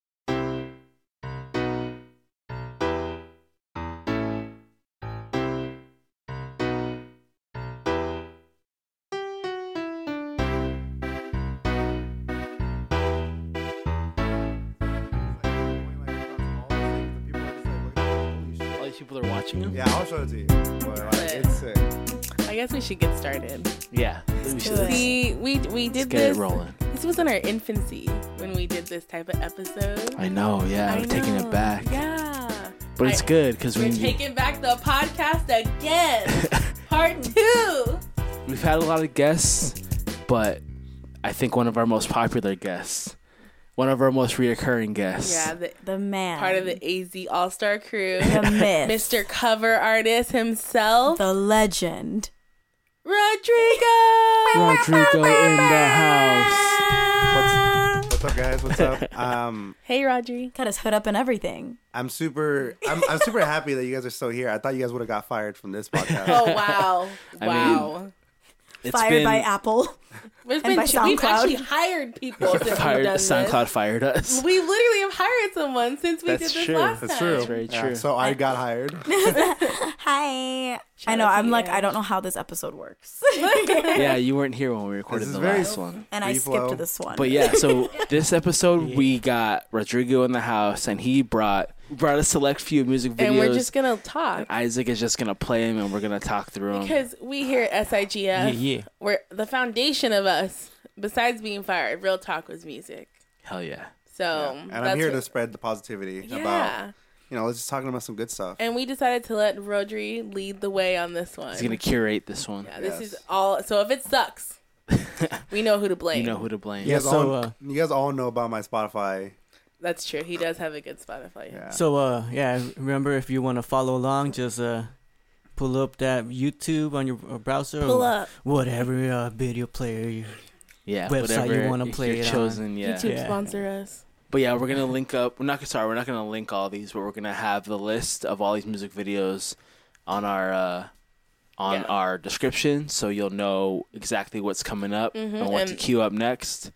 All these people are watching him. Yeah, I'll show it to you. But like, it's sick. I guess we should get started. Yeah. We should- See, we we did Let's get this. it rolling. This was in our infancy when we did this type of episode. I know. Yeah, I we're taking know. it back. Yeah. But it's I- good because we We're taking back the podcast again. Part two. we've had a lot of guests, but I think one of our most popular guests, one of our most reoccurring guests. Yeah, the, The man. part of the AZ All Star crew. The myth. Mr. Cover Artist himself, The legend. Rodrigo. Rodrigo in the house. What's, what's up, guys? What's up? Um, Hey, Rodri. Got his hood up and everything. I'm super. I'm, I'm super happy that you guys are still here. I thought you guys would have got fired from this podcast. Oh wow, I mean, wow. It's Fired been by Apple. We've been And by we've SoundCloud. actually hired people since we've fired. done this. SoundCloud fired us. We literally have hired someone since we That's did this true. last That's time. That's very Yeah, true. so I got hired. Hi. I out know. to I'm like, you. I don't know how this episode works. yeah, you weren't here when we recorded is the very- last one. And I Free flow. skipped this one. But yeah, so this episode we got Rodrigo in the house, and he brought brought a select few music videos. and we're just gonna talk Isaac is just gonna play him, and we're gonna talk through him. because we here at SIGF, yeah. we're the foundation of us. Besides being fired, real talk was music. Hell yeah! So And that's I'm here what- to spread the positivity yeah. about, you know, let's just talking about some good stuff. and we decided to let Rodri lead the way on this one. He's gonna curate this one. Yeah, this Yes. is all. So if it sucks, we know who to blame. You know who to blame. you, guys so, all, uh, you guys all know about my Spotify. That's true. He does have a good Spotify. Yeah. So uh yeah, remember if you want to follow along, just uh pull up that YouTube on your uh, browser Pull or up. whatever uh, video player you Yeah, Website whatever you wanna play you're it on. chosen. Yeah. YouTube Yeah. sponsor us. But yeah, we're gonna link up. We're not gonna sorry, we're not gonna link all these, but we're gonna have the list of all these music videos on our uh, on Yeah. our description, so you'll know exactly what's coming up and what to Mm-hmm, and- queue up next.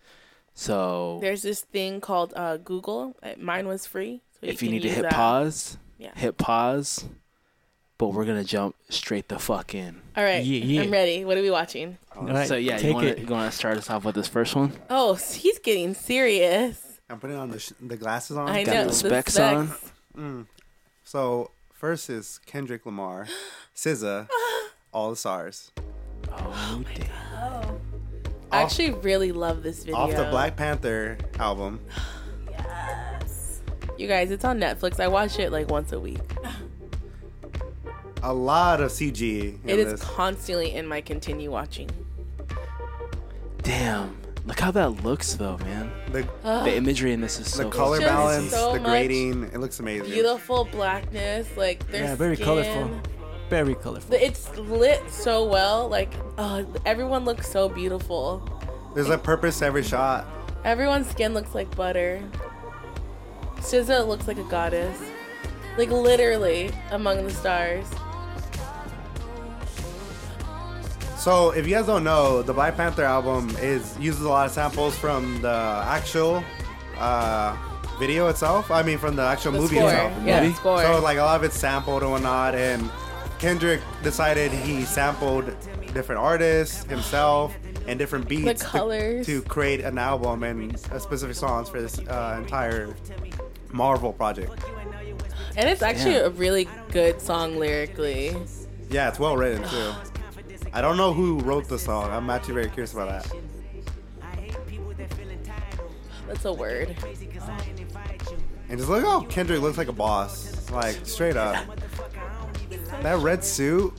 So There's this thing called uh, Google. Uh, Mine was free. So if you can need to use hit that. pause, Yeah. hit pause. But we're gonna jump straight the fuck in. All right, Yeah, yeah. I'm ready. What are we watching? All right, Oh, so yeah, take you wanna it. you wanna start us off with this first one? Oh, s- he's getting serious. I'm putting on the, sh- the glasses on. I got know. the the specs specs. on. So first is Kendrick Lamar, SZA, All the Stars. Oh, damn. I actually really love this video. Off the Black Panther album. You guys, it's on Netflix. I watch it like once a week. A lot of CG. In It is this. constantly in my continue watching. damn. Look how that looks though, man. the the imagery in this is the so color Oh, Just balance, so the much grading. It looks amazing. Beautiful blackness, like their Yeah, very skin. colorful. Very colorful. The- It's lit so well. Like, oh, everyone looks so beautiful. There's a purpose to every shot. Everyone's skin looks like butter. SZA looks like a goddess. Like literally among the stars. So if you guys don't know, the Black Panther album is uses a lot of samples from the actual uh, video itself. I mean, from the actual The movie score. itself. Yeah, the score. So like a lot of it's sampled and whatnot, and Kendrick decided he sampled different artists himself. and different beats to- colors. to, create an album and uh, specific songs for this uh, entire Marvel project. And it's actually Yeah. a really good song lyrically. Yeah, it's well written too. I don't know who wrote the song. I'm actually very curious about that. That's a word. And just look how Kendrick looks like a boss, like straight up. That red suit.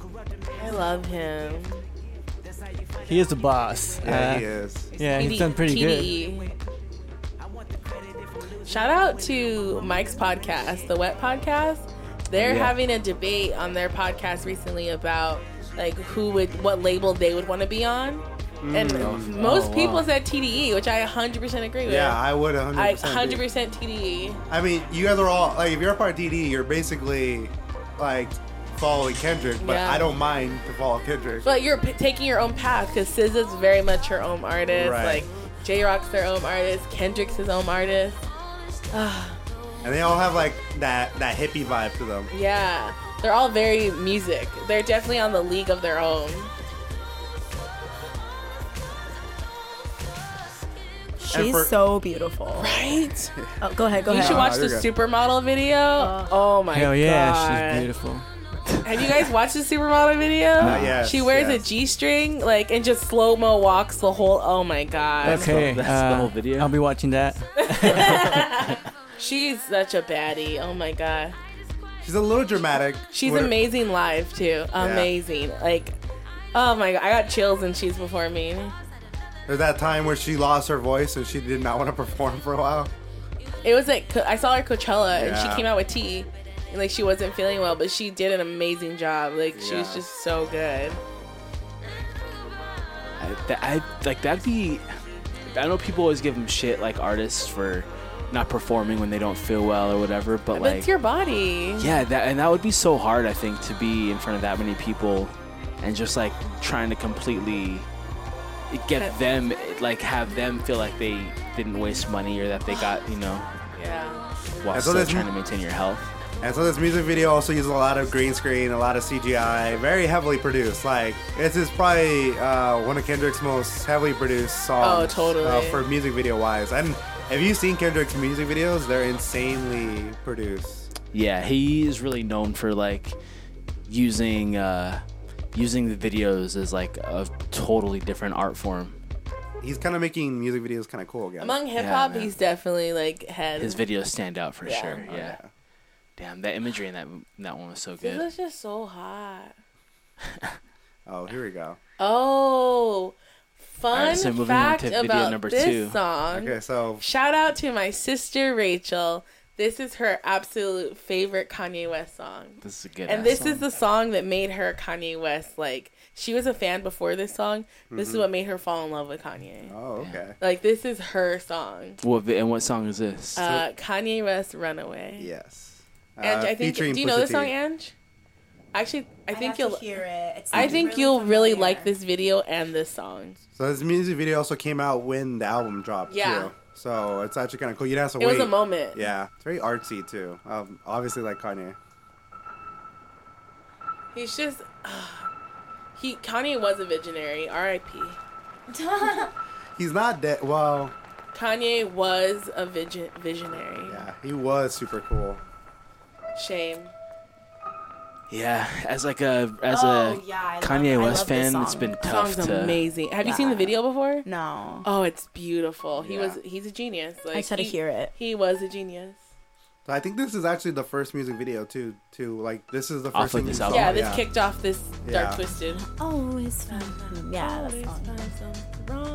I love him. He is the boss. Yeah, Uh, he is. Yeah, he's done pretty good. good. E. Shout out to Mike's podcast, the Wet Podcast. They're Yeah. having a debate on their podcast recently about like who would what label they would want to be on. And Mm. Oh, most wow. people said TDE, which I 100% agree with. Yeah, I would I 100%. agree. 100% TDE. I mean, you guys are all like, if you're a part of DD, you're basically like following Kendrick, but Yeah. I don't mind to follow Kendrick. But you're p- taking your own path because SZA is very much her own artist. Right. Like J Rock's their own artist. Kendrick's his own artist. Ah, and they all have like that that hippie vibe to them. yeah, they're all very music. They're definitely on the league of their own. She's so beautiful. Right? Oh, go ahead, go you ahead. should watch the supermodel video. oh my Hell yeah, god! she's beautiful. Have you guys watched the supermodel video? Not yet, She wears yes. a g-string, like, and just slow mo walks the whole. Oh my god! okay, whole video. I'll be watching that. She's such a baddie. Oh my god. She's a little dramatic. She's We're- amazing live too. Yeah. Amazing. Like, oh my god, I got chills when she's performing. There's that time where she lost her voice and she did not want to perform for a while. It was like Co- I saw her Coachella and Yeah. she came out with tea, and like she wasn't feeling well, but she did an amazing job. Like she was Yeah. just so good. I, that, I like that'd be. I know people always give them shit like artists for not performing when they don't feel well or whatever, but But like it's your body. yeah, that and that would be so hard. I think to be in front of that many people and just like trying to completely get Cut. them like have them feel like they didn't waste money or that they got you know Yeah. while And so still that's- trying to maintain your health. And so this music video also uses a lot of green screen, a lot of CGI, very heavily produced. Like this is probably uh, one of Kendrick's most heavily produced songs. Oh, totally. uh, for music video wise, and if you've seen Kendrick's music videos, they're insanely produced. Yeah, he is really known for like using uh, using the videos as like a totally different art form. He's kind of making music videos kind of cool again. Among hip Yeah, hop, man. he's definitely like head. His videos stand out for Yeah. sure. Yeah. Damn, that imagery in that in that one was so This good. was just so hot. Oh, here we go. Oh, fun All right, so moving on fact to video about number this two. song. Okay, so Shout out to my sister Rachel. This is her absolute favorite Kanye West song. This is a good. and this is the song that made her Kanye West like she was a fan before this song. This is Mhm. what made her fall in love with Kanye. Oh, okay. Like this is her song. What vi- and what song is this? Uh, Kanye West Runaway. Yes. And Uh, I think featuring do you know this Pusha song, T. Ange? Actually, I think have to you'll hear it. It I sounds think really you'll really like this video and this song. So this music video also came out when the album dropped Yeah. too. So it's actually kind of cool. You don't have to It wait. was a moment. Yeah, it's very artsy too. Um, obviously, like Kanye. He's just ah. he Kanye was a visionary. R.I.P. He's not dead. Well, Kanye was a vision visionary. yeah, he was super cool. Shame. Yeah, as like a as Oh, a yeah, I love- Kanye I West love this fan, it's song. been The tough song's to. amazing. Have you seen the video before? No. Oh, it's beautiful. He Yeah. was he's a genius. Like, just had to he- hear it. He was a genius. So I think this is actually the first music video too. To like, this is the Off first of thing this you album. saw. yeah, this kicked off this Oh, Yeah. dark twisted. Always oh, fun. Yeah, that song.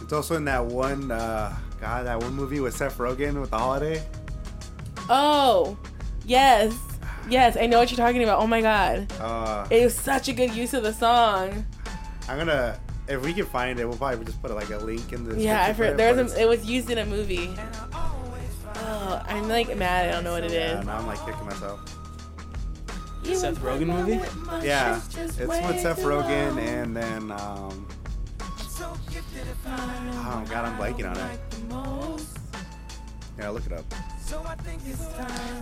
It's also in that one. uh God, that one movie with Seth Rogen with the holiday. Oh, yes, yes. I know what you're talking about. Oh my god, Uh, it was such a good use of the song. I'm gonna. If we can find it, we'll probably just put like a link in the. yeah, I description for heard there but was it's- a, it was used in a movie. Oh, I'm like mad. I don't know what it Yeah, is. now I'm like kicking myself. Seth Rogen movie? Yeah, it's with Seth Rogen and then um. Oh God, I'm blanking on it. Yeah, look it up.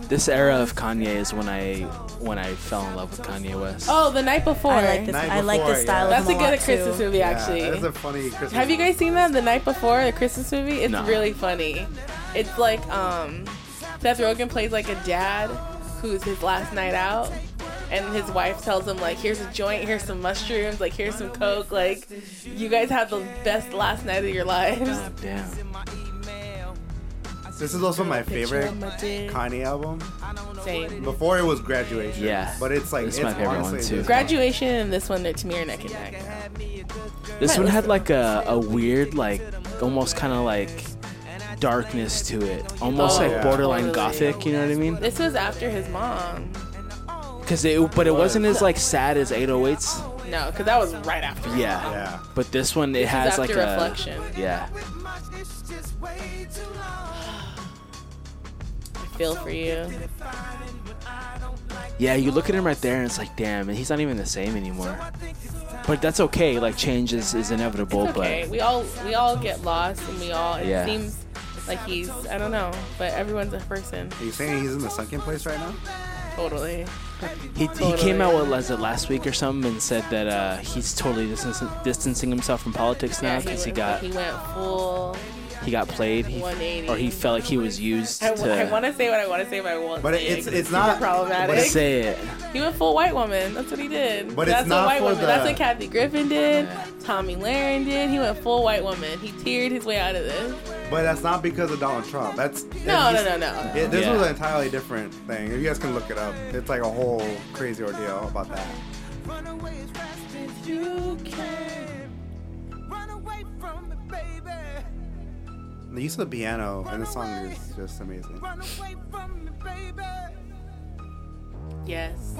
This era of Kanye is when I when I fell in love with Kanye West. Oh, the night before. I like this. Night I like Before, this style. That's of a him good lot, Christmas too. movie, actually. Yeah, that's a funny Christmas. Have you guys seen that? The night before the Christmas movie. It's No. really funny. It's like um, Seth Rogen plays like a dad who's his last night out, and his wife tells him like, "Here's a joint. Here's some mushrooms. Like here's some coke. Like you guys had the best last night of your lives." God damn. This is also my favorite on my dick. Kanye album. Same. Before it was graduation. Yeah. But it's like It's it's, my favorite one, honestly too. just- Graduation and this one, they're to me are neck and neck. This one had like a, a weird, like almost kind of like darkness to it, almost Oh, like yeah. borderline Totally. gothic. You know what I mean? This was after his mom. Because it, but it wasn't as like sad as 808s. No, because that was right after. Yeah. Yeah. But this one, it This has is like after a reflection. yeah. I feel for you. Yeah, you look at him right there, and it's like, damn, and he's not even the same anymore. But that's okay. Like change is, is inevitable. It's okay. We all we all get lost, and we all it Yeah. seems like he's I don't know, but everyone's a person. Are you saying he's in the sunken place right now? Totally. But he, he came out what was it last week or something and said that uh, he's totally distancing, distancing himself from politics now because he went- got he went full. he got played he, 180. or he felt like he was used I, to want to say what I want to say, but I won't. But say it's- it's super not- problematic. say it. He went full white woman. That's what he did. But it's That's not what white for woman. the- That's what Kathy Griffin did. Tommy Lahren did. He went full white woman. He teared his way out of this. But that's not because of Donald Trump. That's No, he's- no, no, no. Yeah, this Yeah. was an entirely different thing. You guys can look it up. It's like a whole crazy ordeal about that. The use of the piano in the song is just amazing. Yes.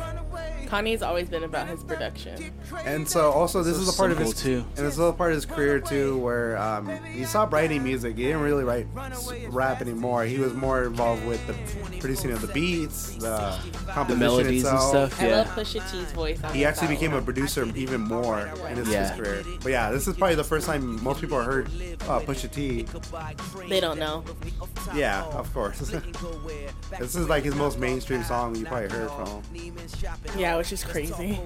Kanye's always been about his production. And so also this is a part of his simple, too. and this is a part of his career too, where um, he stopped writing music. He didn't really write s- rap anymore. He was more involved with the producing of the beats, the the composition melodies and itself. stuff. I love Yeah, Pusha T's voice. On He this actually album. became a producer even more in his, Yeah. his career. But yeah, this is probably the first time most people heard uh, Pusha T. They don't know. Yeah, of course. this is like his most mainstream song you probably heard from him. Yeah, which is crazy.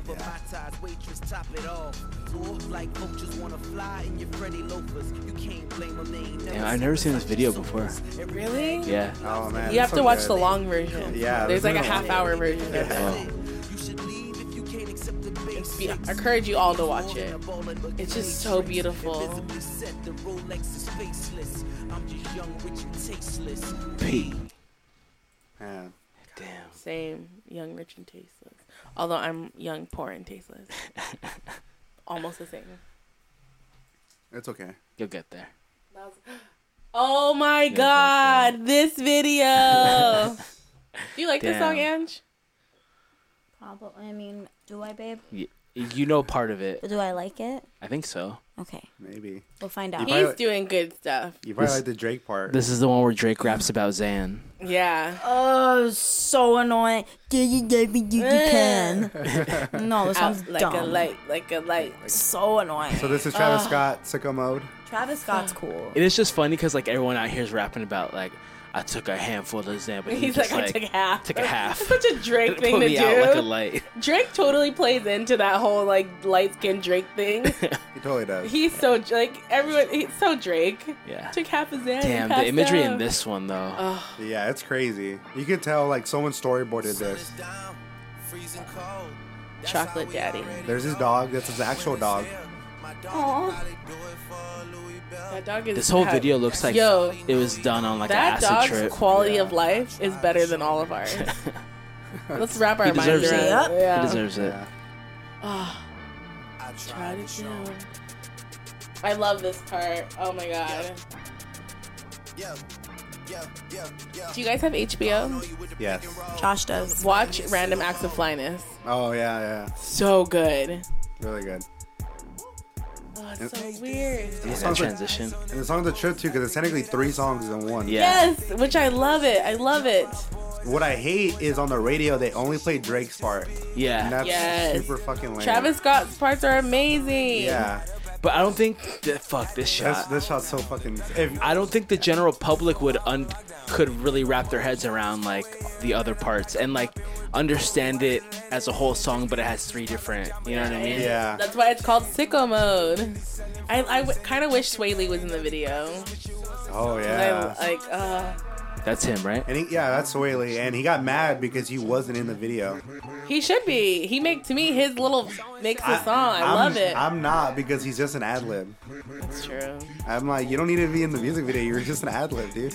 Damn, I've never seen this video before. Really? Yeah, Oh man, it's You have so to watch good. the long version. Yeah, There's there's like a no- half hour version. of it. oh, Be- I encourage you all to watch it. It's just so beautiful. P. Man. Damn. Same, young, rich, and tasteless. Although I'm young, poor, and tasteless. Almost the same. It's okay. You'll get there. Oh my god, this video. Do you like this song, Damn. Ange? Probably. I mean, do I, babe? Y- You know part of it. Do I like it? I think so. Okay, Maybe we'll find out. Yeah. He's Violet- doing good stuff. you probably This- like the Drake part. This is the one where Drake raps about Zan. Yeah. Oh, so annoying. Do you, give me you can? No, this Out sounds like dumb. a light, like a light. So annoying. so this is Ah. Travis Scott, Sicko Mode. Travis Scott's cool. It is just funny because like everyone out here is rapping about like I took a handful of Zan, but he He's like, just, I took half. Took a half. Such a Drake Put thing to me do. out like a light. Drake totally plays into that whole like light skinned Drake thing. He totally does. He's so like everyone. He's so Drake. Yeah. Took half his hand. Damn, the imagery in this one though. Oh, yeah, it's crazy. You could tell like someone storyboarded this. chocolate daddy. There's his dog. That's his actual dog. That dog is. this whole ha- video looks like Yo, it was done on like that an acid dog's trip. quality of life is better than all of ours. Let's wrap our He minds around. deserves it. it. Yeah. He deserves it. Yeah. Try to do. I love this part. Oh my god. Do you guys have HBO? Yes. Josh does. Watch Random Acts of Flyness. Oh yeah, yeah. So good. Really good. Oh, it's so weird. And the That song's a, transition. and the song's a trip too because it's technically three songs in one. Yeah. Yes, which I love it. I love it. What I hate is on the radio they only play Drake's part. Yeah. And that's Yes. super fucking lame. Travis Scott's parts are amazing. Yeah. But I don't think that fuck this shot. This, this shot's so fucking. I don't think the general public would un- could really wrap their heads around like the other parts and like understand it as a whole song, but it has three different. You know what I mean? That's why it's called sicko mode. I, I w- kind of wish Sway Lee was in the video. Oh yeah. I, like, uh, That's him, right? And he, yeah, that's Swaley, and he got mad because he wasn't in the video. he should be. He make to me his little makes the song. I I'm- love it. I'm not because he's just an ad lib. That's true. I'm like, you don't need to be in the music video. You're just an ad lib, dude.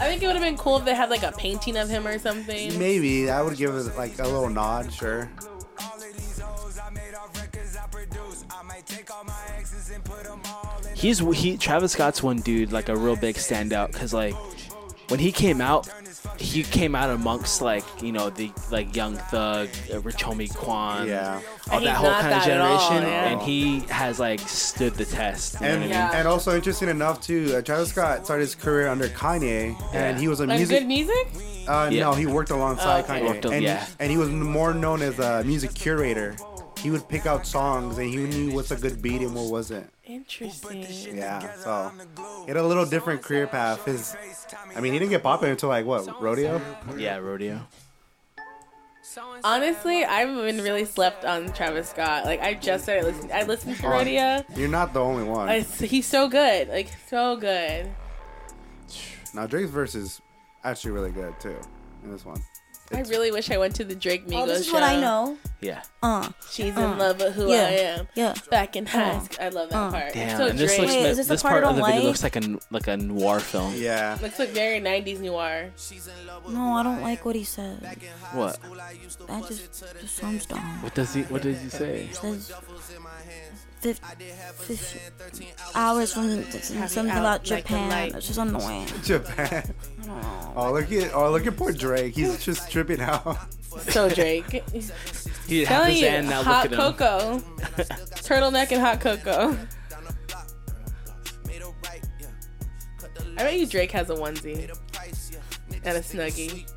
I think it would have been cool if they had like a painting of him or something. Maybe I would give it like a little nod, sure. He's he Travis Scott's one dude like a real big standout because like when he came out, he came out amongst like you know the like Young Thug, uh, Rich Homie Quan, Yeah. all And that he's whole not kind of that at all, generation, yeah. and he has like stood the test. you know And what I mean? Yeah. and also interesting enough too, uh, Travis Scott started his career under Kanye, and he was a Like music. good music? uh, Yeah. No, he worked alongside Oh, okay. Kanye, Worked al- and, yeah. and he was more known as a music curator. He would pick out songs, and he knew what's a good beat and what wasn't. Interesting. Yeah, so he had a little different career path. His, I mean, he didn't get popular until like what rodeo? yeah, rodeo. Honestly, I've been really slept on Travis Scott. Like I just started listening. I listened to Radio. You're not the only one. I, he's so good. Like so good. Now Drake's verse is actually really good too in this one. I really wish I went to the Drake Migos Oh, this is show. what I know. Yeah. Um, Uh, She's Uh, in love with who yeah, I am. yeah. Back in high Uh, school, I love that part. Damn, It's so and this Drake. looks Wait, ma- is this the this part I part of don't the video like? looks like a like a noir film. Yeah, looks like very 90s noir. no, I don't like what he said. What? That just, just sums down. What does he? What does he say? Says fif- fif- hours from something out about like the Japan. light. It's just annoying. Japan. Oh look at oh look at poor Drake. He's just tripping out. So Drake. He had Telling his you, hand now. hot Look at him. cocoa. Turtleneck and hot cocoa. I bet you Drake has a onesie and a snuggie.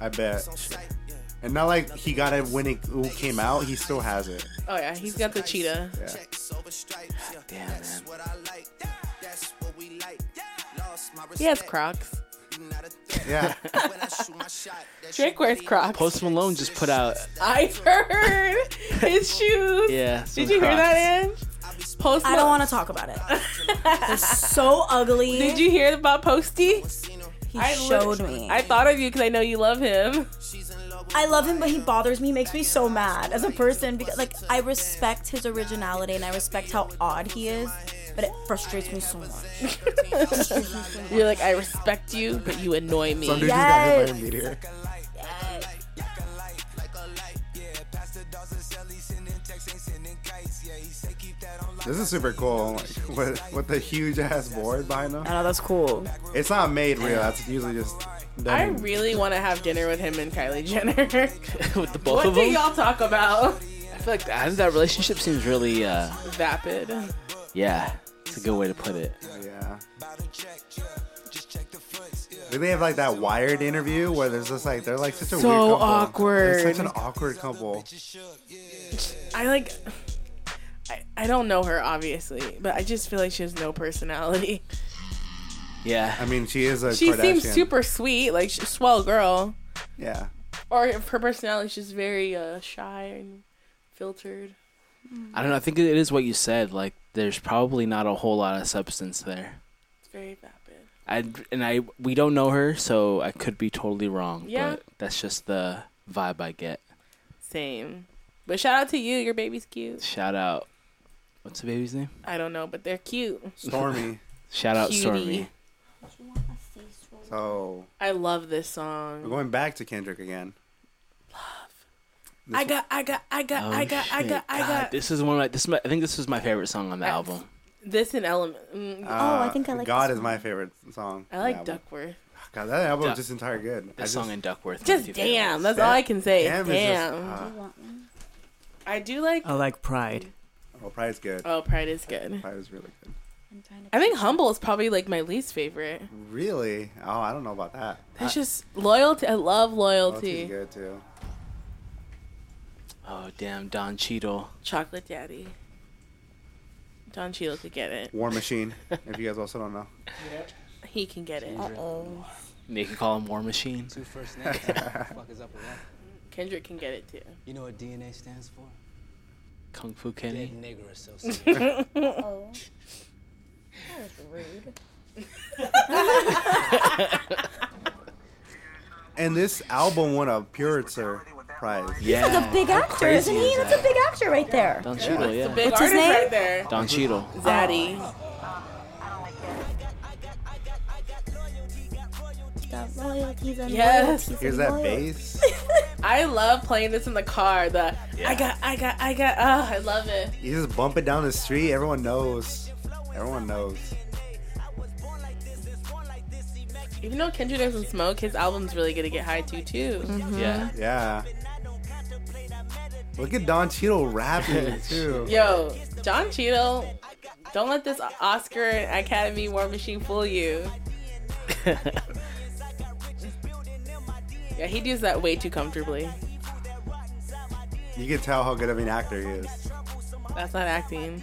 I bet. And not like he got it when it ooh, came out. He still has it. Oh yeah, he's got the cheetah. Yeah. Damn, man. He has Crocs. Yeah. Drake wears Crocs. Post Malone just put out. I heard his shoes. Yeah. some Did you hear Crocs. that, Ange? Post. I don't want to talk about it. it's so ugly. Did you hear about Posty? He I showed lit- me. I thought of you because I know you love him. I love him, but he bothers me. Makes me so mad as a person because, like, I respect his originality and I respect how odd he is, but it frustrates me so much. You're like, I respect you, but you annoy me. Some dude just got hit by a Yes. meteor. This is super cool. Like, with, with the huge ass board behind him. I Uh, know that's cool. It's not made real. That's usually just. done I in- really want to have dinner with him and Kylie Jenner. with the both what of do them. y'all talk about? I feel like that, that relationship seems really. uh Vapid. Yeah. It's a good way to put it. Yeah. Do they have like that wired interview where there's just like they're like such a So weird couple. awkward. They're such an awkward couple. I like. I, I don't know her obviously, but I just feel like she has no personality. Yeah. I mean, she is a. She Kardashian. seems super sweet, like she's a swell girl. Yeah. Or if her personality is just very uh, shy and filtered. I don't know. I think it is what you said. Like, there's probably not a whole lot of substance there. It's very vapid. I and I we don't know her, so I could be totally wrong. Yeah. But that's just the vibe I get. Same. But shout out to you. Your baby's cute. Shout out. What's the baby's name? I don't know, but they're cute. Stormy. Shout out Cutie. Stormy. so I love this we're song. going back to Kendrick again. I got, I got, I got, Oh, I got, I shit. got, I God, got. Uh, This is one of my. This is my, I think this was my favorite song on the I- album. This and Element. Mm, Ah, Oh, I think I like God this is my favorite song. I like Yeah, Duckworth. God, that album Duck. is just entire good. I That just, song in Duckworth. my two Just favorites. damn. That's all I can say. Damn Damn. is just. Uh, I do like. I like Pride. well, Pride's good. Oh, Pride is good. Pride is really good. I think Humble is probably like my least favorite. Really? Oh, I don't know about that. That's just loyalty. I love Loyalty's loyalty. good too. Oh damn, Don Cheadle. Chocolate Daddy. Don Cheadle could get it. War Machine. if you guys also don't know. He can get it. oh. They can call him War Machine. Two first names. what the fuck is up with that? Kendrick can get it too. You know what DNA stands for? Kung Fu Kenny. Dead nigger association. oh. That was rude. And this album won a Pulitzer Prize. He's like a big actor, isn't he? That's a big actor right there. Don Cheadle, yeah. Big What's his artist name? Oh. right there. Don Cheadle. Zaddy. Got loyalties and Yes. loyalties Here's and that loyalties. bass. I love playing this in the car. The I got, I got, I got. Oh, I love it. You just bump it down the street. Everyone knows. Everyone knows. Even though Kendrick doesn't smoke, his album's really gonna get high too, too. Mm-hmm. Yeah. Yeah. Look at Don Cheadle rapping too. Yo, John Cheadle, don't let this Oscar and Academy War Machine fool you. yeah, he does that way too comfortably. You can tell how good of an actor he is. That's not acting.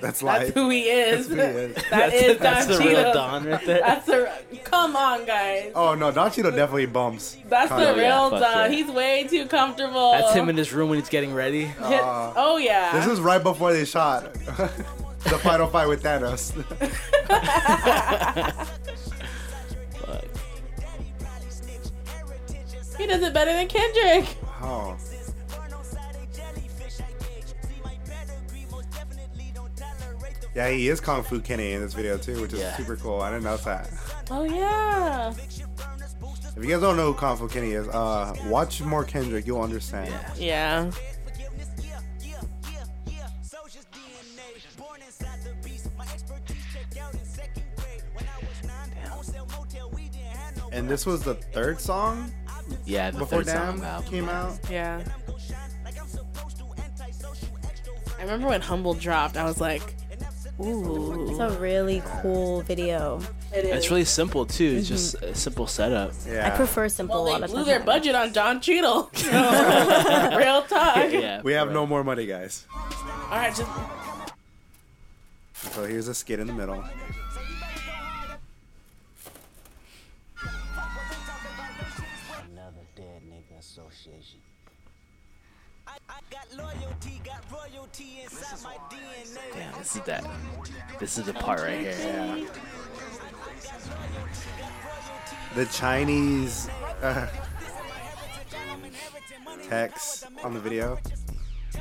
That's That's life. who he is. That's who he is. That is That's Don the Cheadle. real Don right there. That's the. Come on, guys. Oh no, Don Cheadle definitely bumps. That's Kinda, the yeah, real fuck Don. yeah. He's way too comfortable. That's him in his room when he's getting ready. Hit- oh yeah. This is right before they shot the final fight with Thanos. he does it better than Kendrick. oh. Yeah, he is Kung Fu Kenny in this video too, which is Yeah. super cool. I didn't know that. Oh yeah. If you guys don't know who Kung Fu Kenny is, uh, watch more Kendrick. You'll understand. Yeah. And this was the third song Yeah, the before third song on Damn the album. came out. Yeah. I remember when Humble dropped, I was like, It's ooh. a really cool video. It is. Mm-hmm. It's really simple too. It's just a simple setup. Yeah. I prefer simple well, a lot they of blew times. their budget on Don Cheadle. Real talk. Yeah. we have no more money, guys. All right, just So here's a skit in the middle. Another dead nigger association. Damn, this is that. This is the part right here. The Chinese uh, text on the video.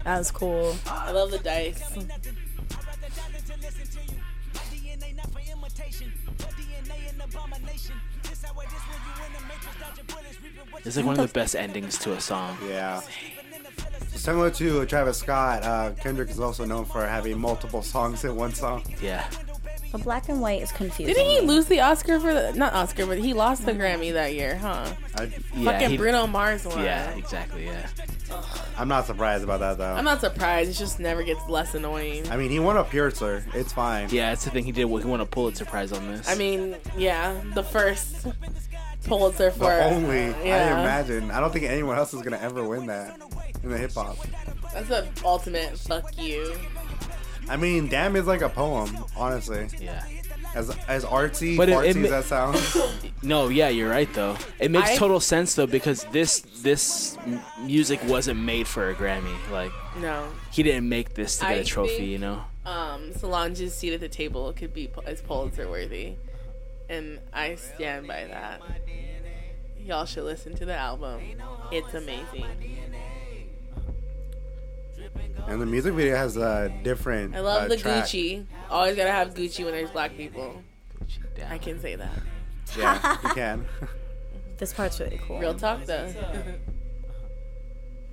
That was cool. I love the dice. This is like one of the best endings to a song. Yeah. Similar to Travis Scott, uh, Kendrick is also known for having multiple songs in one song. Yeah. But black and white is confusing. Didn't he lose the Oscar for the not Oscar, but he lost the Grammy that year, huh? I, Yeah. Fucking he- Bruno Mars one. Yeah, exactly. Yeah. I'm not surprised about that I'm though. not surprised. It just never gets less annoying. I mean, he won a Pulitzer. It's fine. Yeah, that's the thing he did. He won a Pulitzer Prize on this. I mean, yeah, the first Pulitzer for The only I yeah, imagine. I don't think anyone else is gonna ever win that in the hip hop. that's the ultimate fuck you. I mean, damn is like a poem, honestly. Yeah. As as artsy, But it- fartsy it ma- as that sounds. No, yeah, you're right though. It makes I- total sense though because this this m- music wasn't made for a Grammy. Like No, he didn't make this to get I a trophy. think- You know. um, Solange's seat at the table could be as Pulitzer worthy, and I stand by that. Y'all should listen to the album. It's amazing. and the music video has a different. I love uh, the track. Gucci. Always gotta have Gucci when there's black people. Damn. I can say that. Yeah, you can. This part's really cool. Real talk though.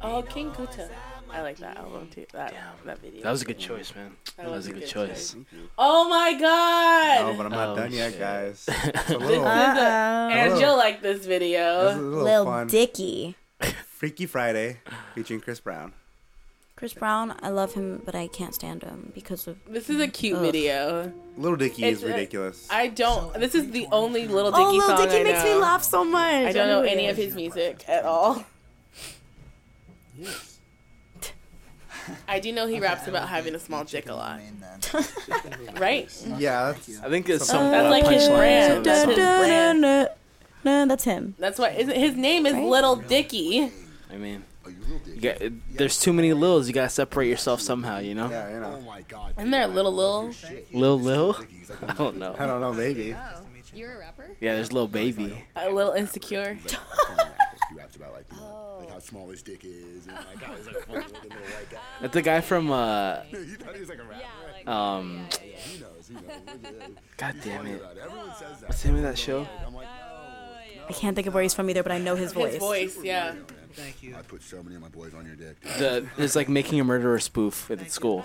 oh, King Kuta. I like that album too. That that video. That was a good choice, man. That was a good choice. oh my god. Oh, but I'm not Oh, done yet, shit. guys. It's a This little, is this a, and Hello. you'll like oh. this is a video. little Lil fun. Dicky. Freaky Friday featuring Chris Brown. Chris Brown, I love him, but I can't stand him because of. This is a cute video. Little Dicky It's is a- ridiculous. I don't. This is the only Little Dicky oh, Lil song Dicky I makes know. me laugh so much. I don't know any of his music at all. I do know he raps about having a small dick a lot. right? Yeah, that's, I think it's some- That's like his brand. That's his brand. No, that's him. That's why is his name is Little Dicky. I mean, you got, there's too many lils. You gotta separate yourself somehow. You know. Yeah, you know. Isn't there a little Lil? Lil Lil. I don't know. I don't know. Maybe. You're a rapper? Oh, Yeah, there's Lil Baby. A little insecure. He raps about like, you know, like how small his dick is, and like how he's like a fucking little white guy. That's the guy from uh, You thought he was like a rapper. right? um, He knows. He knows. God damn it. Everyone says that. What's the name of that show? I can't think of where he's from either, but I know his voice. yeah. Thank you. I put so many of my boys on your dick. The it's like making a murderer spoof at school.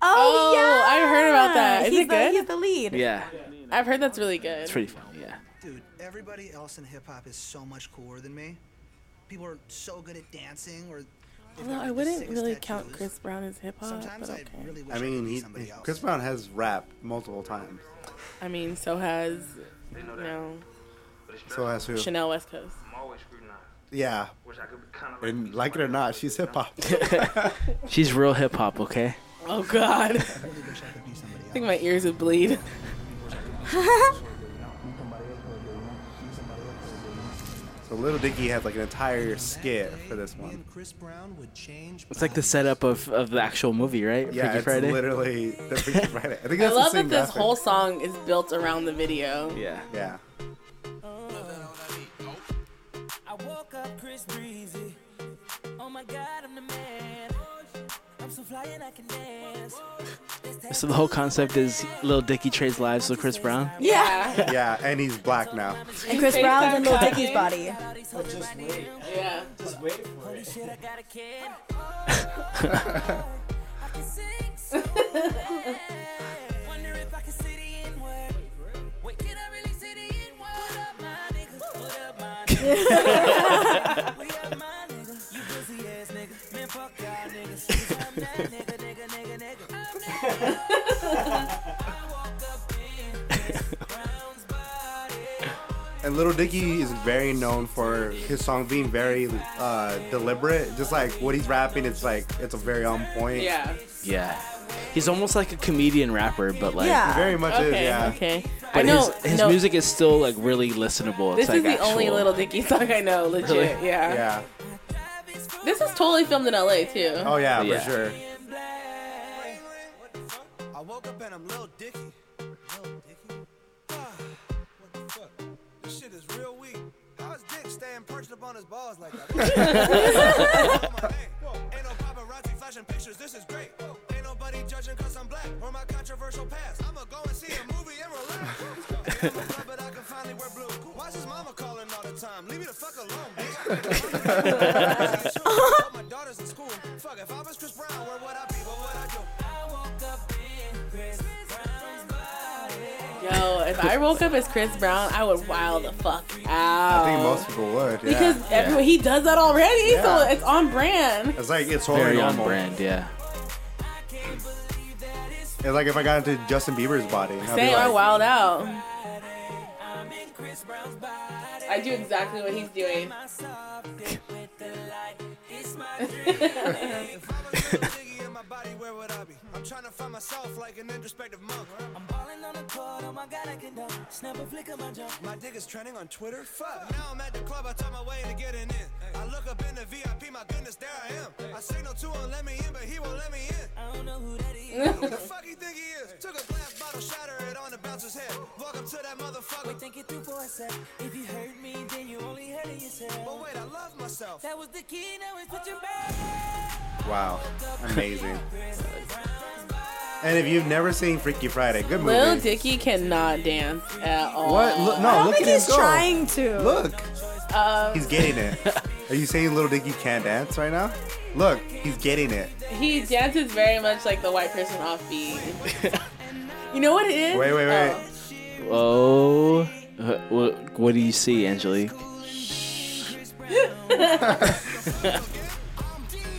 Oh, yeah. I heard about that. Is he's it the, good? He's the lead. Yeah, I've heard that's really good. it's pretty funny. Yeah. Dude, everybody else in hip hop is so much cooler than me. People are so good at dancing or. they've Although got I the wouldn't sickest really tattoos. count Chris Brown as hip Oh, hop, Sometimes but okay. I really wish I mean, could be he, somebody else. Chris Brown has rapped multiple times. I mean, so has you know, So has who? Chanel West Coast. Yeah. And like it or not, she's hip hop. She's real hip hop. Okay. Oh God. I think my ears would bleed. so Little Dicky has like an entire skit for this one. Chris Brown would change. It's like the setup of, of the actual movie, right? Yeah, Freaky it's Friday. literally the Freaky Friday. I think I that's the love same that this graphic. whole song is built around the video. Yeah. Yeah. I woke up Chris Breezy. Oh my god, I'm the man. I'm so fly and I can dance. So the whole concept is Lil Dicky trades lives with Chris Brown. Yeah. Yeah, and he's black now. And Chris Brown's in Lil Dicky's body. Yeah. Just wait for it. And Little Dicky is very known for his song being very uh, deliberate. Just like what he's rapping, it's like it's a very on point. Yeah. Yeah. He's almost like a comedian rapper, but like Yeah. Very much is, okay, yeah. Okay. But I know. his, his no, music is still like really listenable. It's This like is the actual, only Little Dicky song I know. Legit. Really? Yeah. This was totally filmed in LA too. Oh yeah, Yeah. for sure. I woke up and I'm Lil Dicky. Lil Dicky? Ah, what the fuck? This shit is real weak. How is Dick staying perched up on his balls like that? Oh, my name. Whoa. Ain't no paparazzi flashing pictures, this is great. Whoa. Ain't nobody judging cause I'm black or my controversial past. I'ma go and see a movie and relax. And I'm glad that I can finally wear blue. Why is his mama calling all the time? Leave me the fuck alone, bitch. All my daughter's in school. Fuck, if I was Chris Brown, where would I be? What would I do? Yo, if I woke up as Chris Brown, I would wild the fuck out. I think most people would. Yeah. because everyone he does that already, so Yeah. it's on brand. It's like it's totally very on normal. brand. Yeah. It's like if I got into Justin Bieber's body. I'd be Same, I like, wild out. I do exactly what he's doing. if I was Lil Diggy in my body, where would I be? I'm trying to find myself like an introspective monk. I'm balling on the court, oh my god, I can dunk. Snap a flick of my jump. My dick is trending on Twitter, fuck. Now I'm at the club, I talk my way to getting in. I look up in the VIP, my goodness, there I am. I signal to him, let me in, but he won't let me in. I don't know who that is. who the fuck you think he is? Took a glass bottle, shatter it on the bouncer's head. Walk up to that motherfucker. Wait, think it through for a sec. If you heard me, then you only heard it yourself. But wait, I love myself. That was the key, now it's what you back. Wow, amazing. and if you've never seen Freaky Friday, good movie. Lil Dicky cannot dance at all. What? Look- no, I don't look think at him he's go. trying to. Look, Um, he's getting it. Are you saying Little Dicky can't dance right now? Look, he's getting it. He dances very much like the white person offbeat. you know what it is? Wait, wait, wait. Oh. Uh, what, what do you see, Angelique?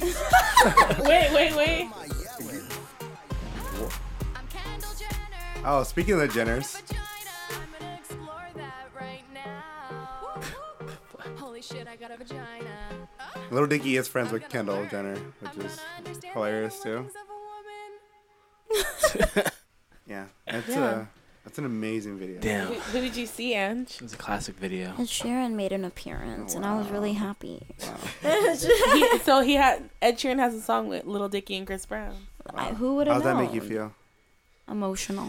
wait, wait, wait. Oh, speaking of the Jenners, Holy shit, I got a vagina. Oh. Little Dicky is friends with Kendall Jenner, which is hilarious too. yeah, that's Yeah. uh that's an amazing video. Who, who did you see, Ange? It was a classic video. And Sharon made an appearance, and I was really happy. He- so he had Ed Sheeran has a song with Little Dicky and Chris Brown. I- who would How have does that make you known? feel? Emotional.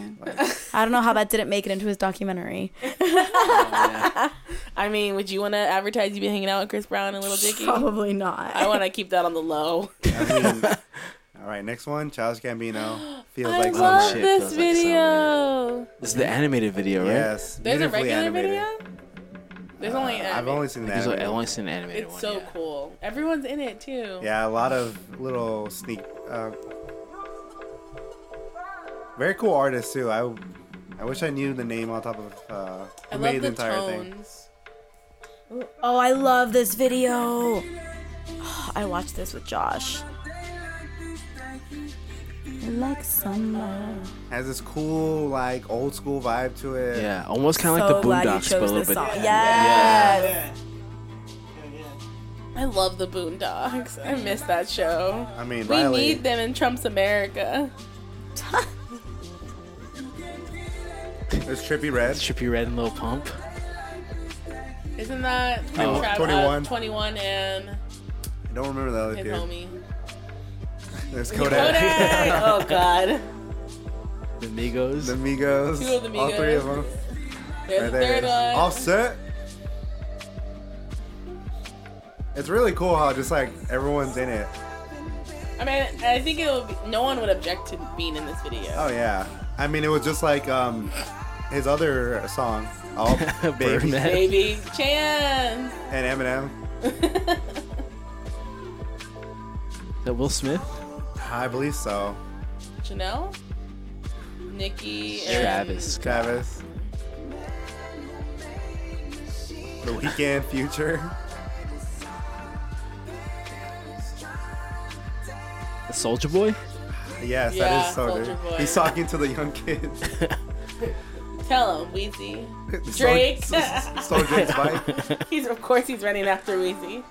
I don't know how that didn't make it into his documentary. I mean, would you want to advertise you been hanging out with Chris Brown and Little Dicky? Probably not. I want to keep that on the low. All right, next one, Charles Gambino. Feels I like love summer. this video. This is the animated video, right? Yes. There's a Beautifully regular animated. Uh, video. There's only an I've animated. only seen the There's a- animated. I've only seen the animated It's so cool. Everyone's in it too. Yeah, a lot of little sneak. Uh, very cool artists too. I, I wish I knew the name on top of uh, I who love made the the entire thing. tones. Oh, I love this video. I watched this with Josh. Like summer. Has this cool like old school vibe to it. Yeah, almost kinda like So the glad you Boondocks, chose but a little this bit song. different. Yes. I love the Boondocks. I miss that show. I mean, we Riley- need them in Trump's America. There's Trippy Red. Trippy Red and Lil Pump. Isn't that Oh, Trav- uh, 21. 21 and I don't remember the other his dude. homie? There's Kodak. Kodak. oh God. The Migos. The Migos. Two of the All three of them. Migos. There's Right a there. third one. Offset. It's really cool how just like everyone's in it. I mean, I think it would. Be, no one would object to being in this video. Oh yeah. I mean, it was just like um, his other song, "Oh Baby," Baby Chance. and Eminem. That Will Smith? I believe so. Janelle. Nikki. Travis. Travis. The Weekend Future. The Soldier Boy? Yes, that Yeah, is so Soulja good. Boy. He's talking to the young kids. And tell him Wheezy. Sol- Drake. Stole Drake's bike. he's of course he's running after Wheezy.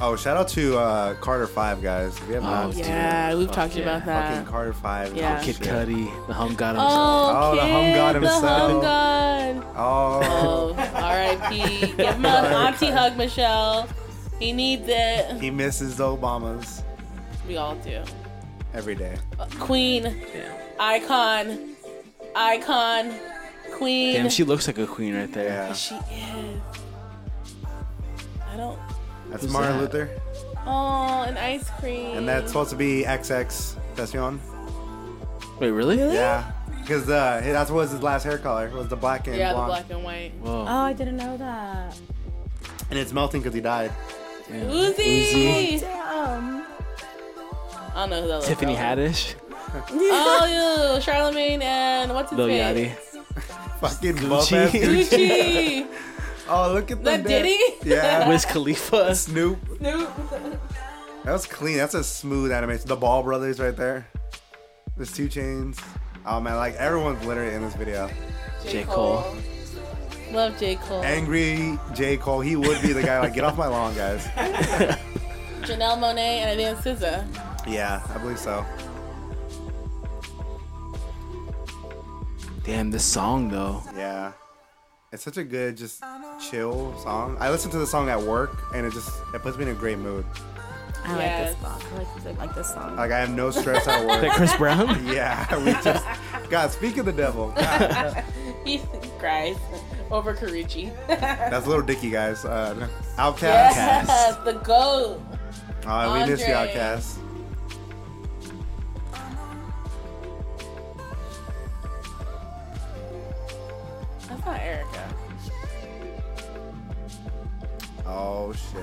Oh, shout out to uh, Carter Five guys. We have Oh, yeah, we've talked about that. Fucking Carter Five. Yeah. Kid Cudi, the hum god himself. Oh, the hum kid, god the hum himself. god. Oh, Oh, R.I.P. Give him an auntie hug, Michelle. He needs it. he misses the Obamas We all do. every day. Queen, icon, icon, queen. Damn, she looks like a queen right there. She is. I don't. That's Who's Martin that? Luther, Oh, an ice cream. and that's supposed to be XX Session. Wait, really? Yeah, because uh, that's what was his last hair color was the black and Yeah, the blonde, black and white. Whoa. Oh, I didn't know that. and it's melting because he died. Uzi. I Damn. don't know who that was. Tiffany Haddish. Oh, yeah, Charlemagne and what's his Lil name? Yachty. Fucking Gucci. Gucci. Oh, look at That them there. Diddy? Yeah, Wiz Khalifa. Snoop. Snoop. That was clean. That's a smooth animation. The Ball Brothers right there. There's two chains. Oh man, like everyone's literally in this video. J. Cole. Eh. Love J. Cole. Angry J. Cole. He would be the guy like, get off my lawn, guys. Janelle Monet and I think SZA. Yeah, I believe so. Damn, this song though. Yeah. It's such a good, just chill song. I listen to the song at work and it just it puts me in a great mood. I Yes. like this song. I like this, I like this song. Like I have no stress at work. That Chris Brown? Yeah, we just God, speak of the devil. He cries over Karuchi. That's little Dicky guys. Uh Outcast. Yes, the goat. Oh, we missed the Andre. outcast. That's not Erica. Oh shit.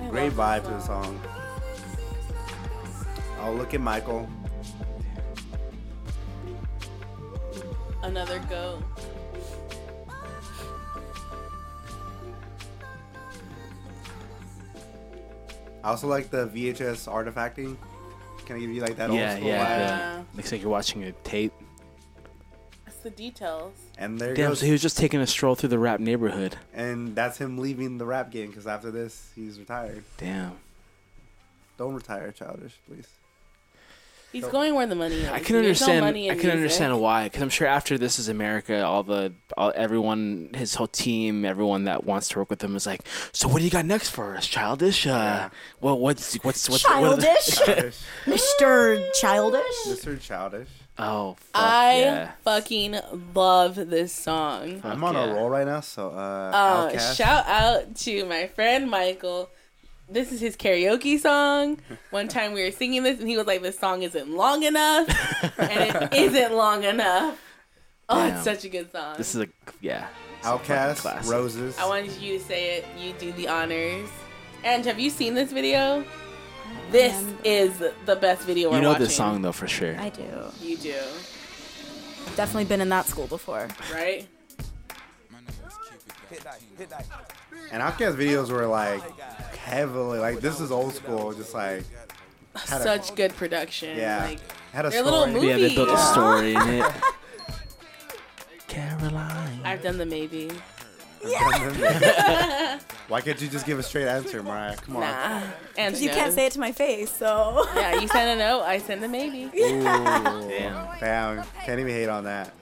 I Great love vibe to the song. Oh look at Michael. Another goat. I also like the VHS artifacting. Can I give you like that old yeah, school yeah. vibe? the- looks like you're watching a tape. the details. And there Damn, goes. so he was just taking a stroll through the rap neighborhood. and that's him leaving the rap game because after this, he's retired. Damn. Don't retire, childish, please. He's going where the money is. I can There's no understand. money in I can music. understand why, because I'm sure after this is America, all the all, everyone, his whole team, everyone that wants to work with him is like, so what do you got next for us, childish? Uh, Well, what's what's what's what are the-" Childish? Mr. Childish? Mr. Childish. Oh, fuck I yeah. fucking love this song. I'm on a roll right now, so uh, Uh, Outkast. shout out to my friend Michael. This is his karaoke song. One time we were singing this, and he was like, "This song isn't long enough, and it isn't long enough." Oh, Damn. it's such a good song. This is a yeah. Outcast, Roses. I wanted you to say it. You do the honors. And have you seen this video? This is the best video You we're know watching. this song though for sure. I do. You do, Definitely been in that school before. right? And Outkast videos were like heavily like this is old school, just like had a- Such good production. Yeah. Like, Had a their little story. movie. Yeah, they built a story in it. Caroline. I've done the maybe. Why can't you just give a straight answer, Mariah? Come on. Nah. And you can't say it to my face, so. yeah, you send a no, I send a maybe. Ooh, damn. Can't even hate on that.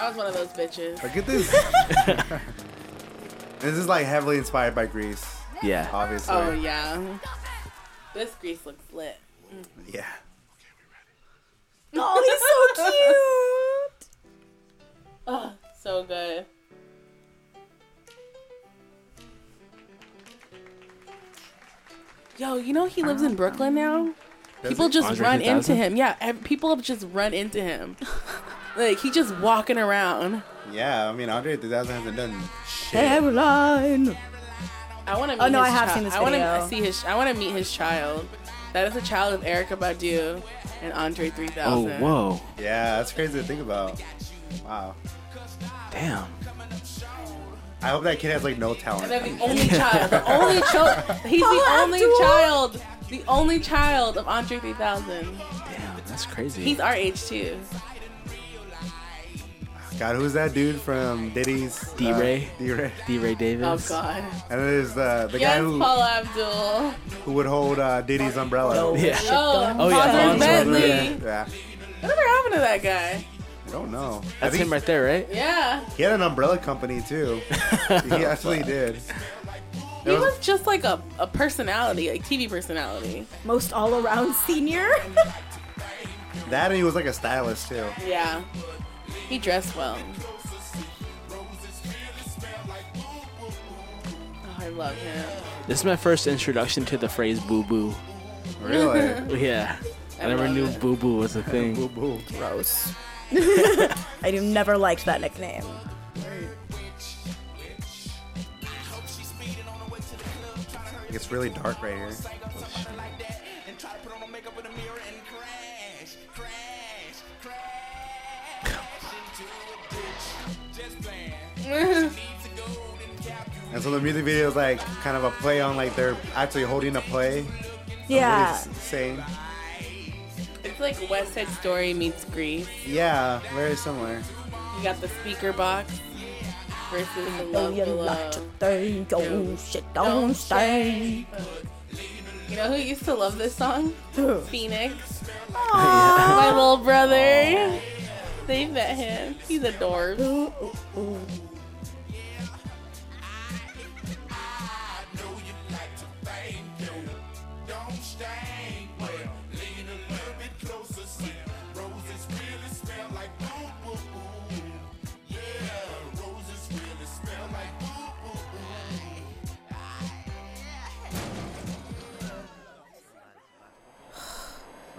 I was one of those bitches. Look at this. this is like heavily inspired by Greece. Yeah. Obviously. Oh yeah. This grease looks lit. Yeah. Oh, he's so cute. oh, so good. Yo, you know he lives in Brooklyn now. Does people he? just Andre run 3000? into him. Yeah, ev- people have just run into him. like he just walking around. Yeah, I mean, Andre 3000 hasn't done shit. Caroline. I want to. Oh, no, I have seen this I want video. to see his. I want to meet his child. That is the child of Erica Badu and Andre 3000. Oh, Oh, whoa. Yeah, that's crazy to think about. Wow. Damn. I hope that kid has like no And talent. they're the only child. The only child. He's the Paula only Abdul. child. The only child of Andre 3000. That's crazy. He's our age too. God, who's that dude from Diddy's? uh, D. Ray? D. Ray. D. Ray Oh Davis. God. And there's uh, the the yes, guy who Paula Abdul. who would hold uh, Diddy's umbrella. Yeah. Oh, Oh, yeah, Father Fonz Bentley. Yeah. yeah. Whatever happened to that guy? I don't know. That's him right there, right? Yeah. He had an umbrella company too. he actually did. He was just like a, a personality, like TV personality. Most all around senior. That and he was like a stylist too. Yeah. He dressed well. Oh, I love him. This is my first introduction to the phrase boo boo. Oh, Really? yeah. I, I never love knew it. boo boo was a thing. boo boo. Gross. I do never liked that nickname. It's really dark right here. And so the music video is like kind of a play on like they're actually holding a play. Yeah. What he's saying. it's like West Side Story meets Grease. Yeah, very similar. You got the speaker box versus the Oh, love you like to below. think, oh, shit, don't stay. You know who used to love this song? Who? Phoenix. My little brother. They met him. He's adorable.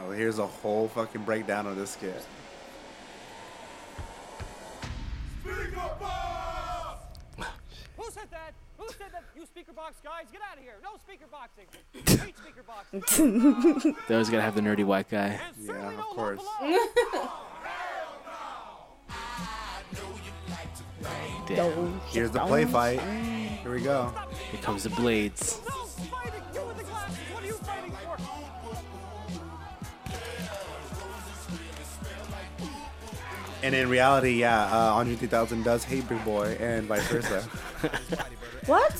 Oh, here's a whole fucking breakdown of this kid. Who said that? Who said that? You speaker box guys, get out of here. No speaker boxing. Hate speaker boxing. They always gotta have the nerdy white guy. Yeah, of course. Damn. Here's the play fight. Here we go. Here comes the blades. what are you fighting for? And in reality, yeah, uh, Andre 3000 does hate Big Boy and vice versa. What?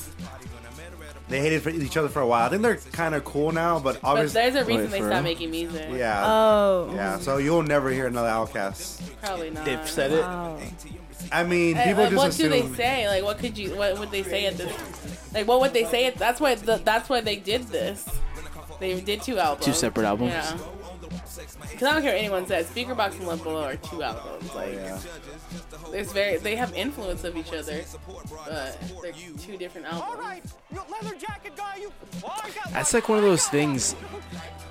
They hated for each other for a while. I think they're kind of cool now, but But obviously. there's a reason they stopped making music. Yeah. Yeah, so you'll never hear another Outcast. Probably not. They've said it. Wow. I mean, And, people like, just what assume. do uh, they say? Like, what could you? What would they say at this? Like, what would they say? At, that's why. The, that's why they did this. They did two albums. Two separate albums. Yeah. Because I don't care what anyone says. Speakerbox and Love Below are two albums. Like, there's very. They have influence of each other, but they're two different albums. That's like one of those things.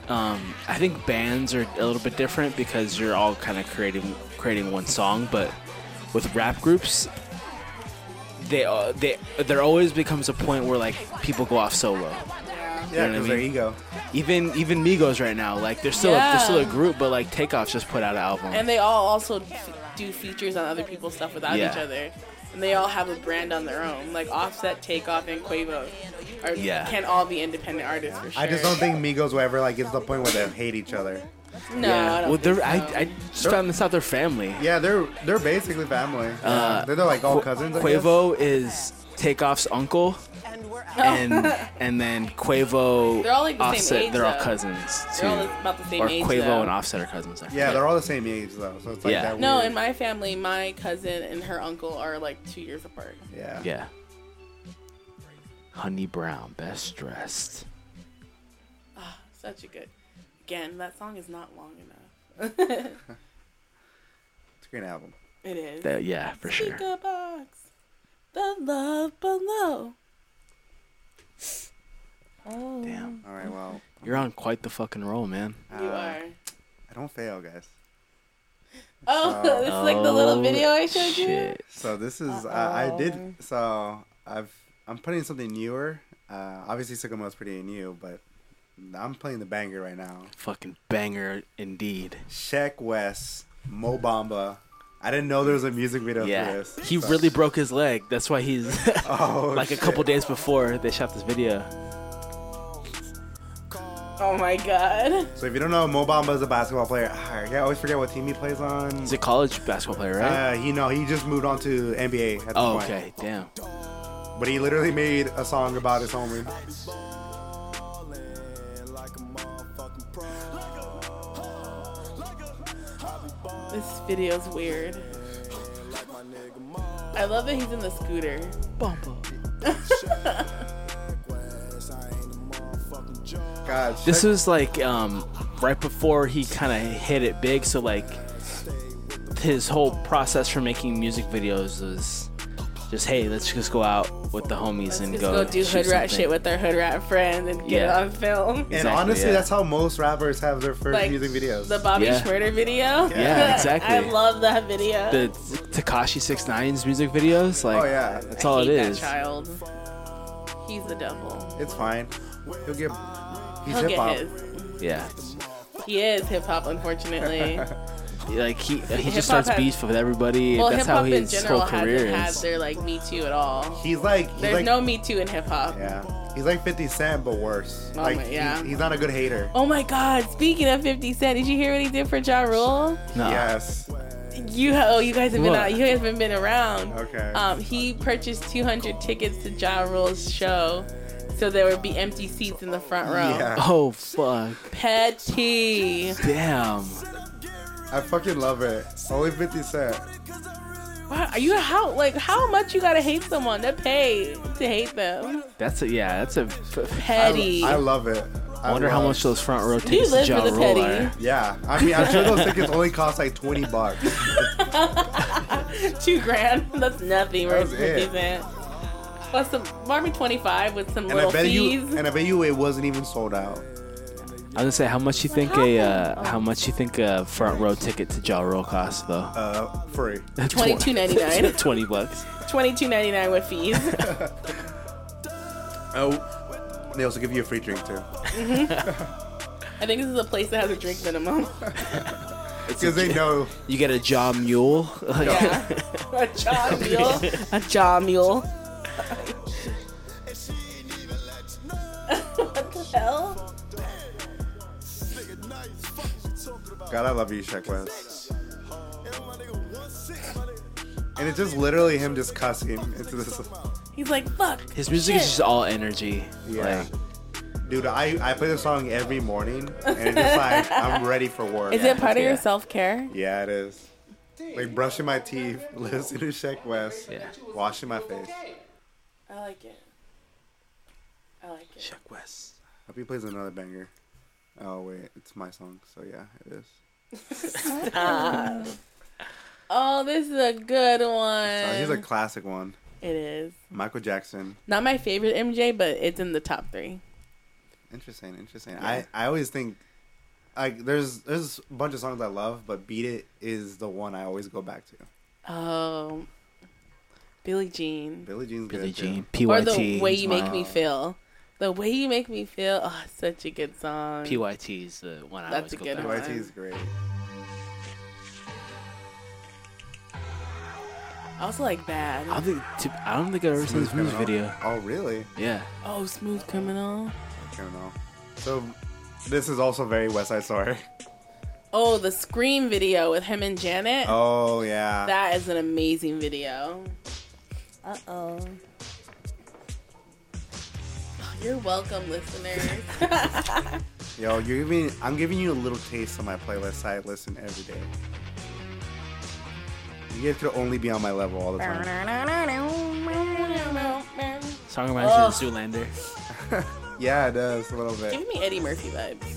Um, I think bands are a little bit different because you're all kind of creating creating one song, but with rap groups, they uh, they there always becomes a point where like people go off solo. Yeah, 'cause their ego. Even even Migos right now, like they're still a, Yeah. they're still a group, but like Takeoff just put out an album. And they all also f- do features on other people's stuff without Yeah. each other. And they all have a brand on their own. Like Offset, Takeoff, and Quavo are, Yeah. can all be independent artists for sure. I just don't think Migos will ever like get to the point where they hate each other. No, I don't well, they're I, I just They're- found this out. They're family. Yeah, they're they're basically family. Uh, Yeah, they're, they're like all Qu- cousins. I guess. Quavo is Takeoff's uncle, and and then Quavo They're all, like, the same Offset. age, they're all though. cousins too. They're all about the same or age, Quavo though. and Offset are cousins. I Yeah, forget. they're all the same age though, so it's like Yeah. that. No, weird- in my family, my cousin and her uncle are like two years apart. Yeah. yeah. Honey Brown, best dressed. Ah, such a good. Again, that song is not long enough. it's a great album. it is. That- yeah, for sure. Speaker box, the love below. Oh. Damn. All right, well. uh, You're on quite the fucking roll, man. You are. I don't fail, guys. Oh, So- it's like the little video I showed you. So this is uh, I did so I've I'm putting something newer. Uh, obviously, Sycamore is pretty new, but I'm playing the banger right now. Fucking banger indeed. Sheck West, Mo Bamba. I didn't know there was a music video Yeah, for this. he so- really broke his leg. That's why he's Oh, like a couple days before they shot this video. Oh my god. So if you don't know, Mo Bamba is a basketball player. Ah, I always forget what team he plays on. He's a college basketball player, right? Uh, he no, he just moved on to NBA. At this Oh, point. okay, damn. But he literally made a song about his homie. This video's weird. I love that he's in the scooter. God, This was like um, right before he kind of hit it big, so like his whole process for making music videos was just hey, let's just go out with the homies and Just go, go, do shoot hood rat something. shit with our hood rat friend and get Yeah. it on film. And honestly, that's how most rappers have their first Like, music videos. the Bobby Yeah. Schmurder video. Yeah, exactly. I love that video. The Takashi 69's music videos, like Oh, yeah. that's all I it hate that is. child. He's the devil. It's fine. He'll get. He's He'll hip hop. get his. Yeah, He is hip hop, unfortunately. like he he Hip-hop just starts has- beef with everybody. well, that's hip how hop in his general whole hasn't career had is. their like Me Too at all. He's like. He's There's like no Me Too in hip hop. yeah. He's like 50 Cent, but worse. Oh like my- yeah. he's, he's not a good hater. Oh my God! Speaking of 50 Cent, did you hear what he did for Ja Rule? Yes. You oh you guys have been What? out, you guys haven't been around. Okay. Um, he purchased 200 tickets to Ja Rule's show, so there would be empty seats in the front row. Oh fuck! Petty. Damn. I fucking love it. Only 50 Cent. Wow, are you how like how much you gotta hate someone to pay to hate them? That's a yeah. That's a Petty. I, I love it. I wonder how much those front row You tickets live to Ja for the Rule petty. are. Yeah. I mean, I'm sure those tickets only cost like 20 bucks. Two grand. That's nothing. That That was it. Cent. Plus some Marmy 25 with some And I little bet fees. you. And I bet you it wasn't even sold out. I was gonna say, how much you think a uh, how much you think a front row ticket to Ja Rule costs though? Uh, free. $22.99. Twenty bucks. 22.99 with fees. Oh. They also give you a free drink too. I think this is a place that has a drink minimum. Because they know you get a jaw mule. a jaw mule. A jaw mule. what the hell? God, I love you, Shaq West. And it's just literally him just cussing. It's this. He's like, fuck. His music is shit. just all energy. Yeah. Dude, I, I play this song every morning, and it's just like I'm ready for work. Is it part of your self care? Yeah, it is. Like brushing my teeth, listening to Sheck West, washing my face. I like it. I like it. Sheck West. Hope he plays another banger. Oh wait, it's my song, so yeah, it is. Stop. oh, this is a good one. Oh, here's a classic one. it is. Michael Jackson. Not my favorite MJ, but it's in the top three. Interesting, interesting. Yeah. I, I always think like there's there's a bunch of songs I love, but Beat It is the one I always go back to. Oh, Billie Jean. Billie Jean's Billie good. Jean, too. Or the way you make Smile. me feel. The way you make me feel. Oh, it's such a good song. PYT is the one I always That's a go good back one. to. PYT is great. I also like bad. I don't think to, I don't think I've ever seen this music video. Oh really? Yeah. Oh, Smooth Criminal. Criminal. So this is also very West Side Story. Oh, the Scream video with him and Janet. Oh yeah. That is an amazing video. Uh oh. Oh, You're welcome, listeners. Yo, you're giving I'm giving you a little taste of my playlist I listen every day. You guys could only be on my level all the time. Song reminds me of Zoolander. yeah, it does a little bit. Give me Eddie Murphy vibes.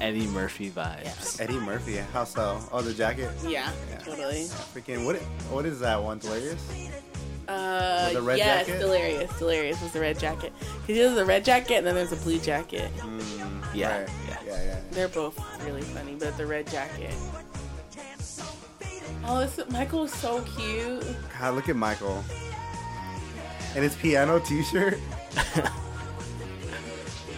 Eddie Murphy vibes. Eddie Murphy, how so? Oh, the jacket. Yeah, totally. Freaking what? What is that one? Delirious. Uh, With the red yes, jacket? Delirious. Delirious was the red jacket. Because there's a red jacket and then there's a blue jacket. Yeah. yeah. Yeah. Yeah. They're both really funny, but the red jacket. Oh, this, Michael is so cute. God, look at Michael. And his piano T-shirt.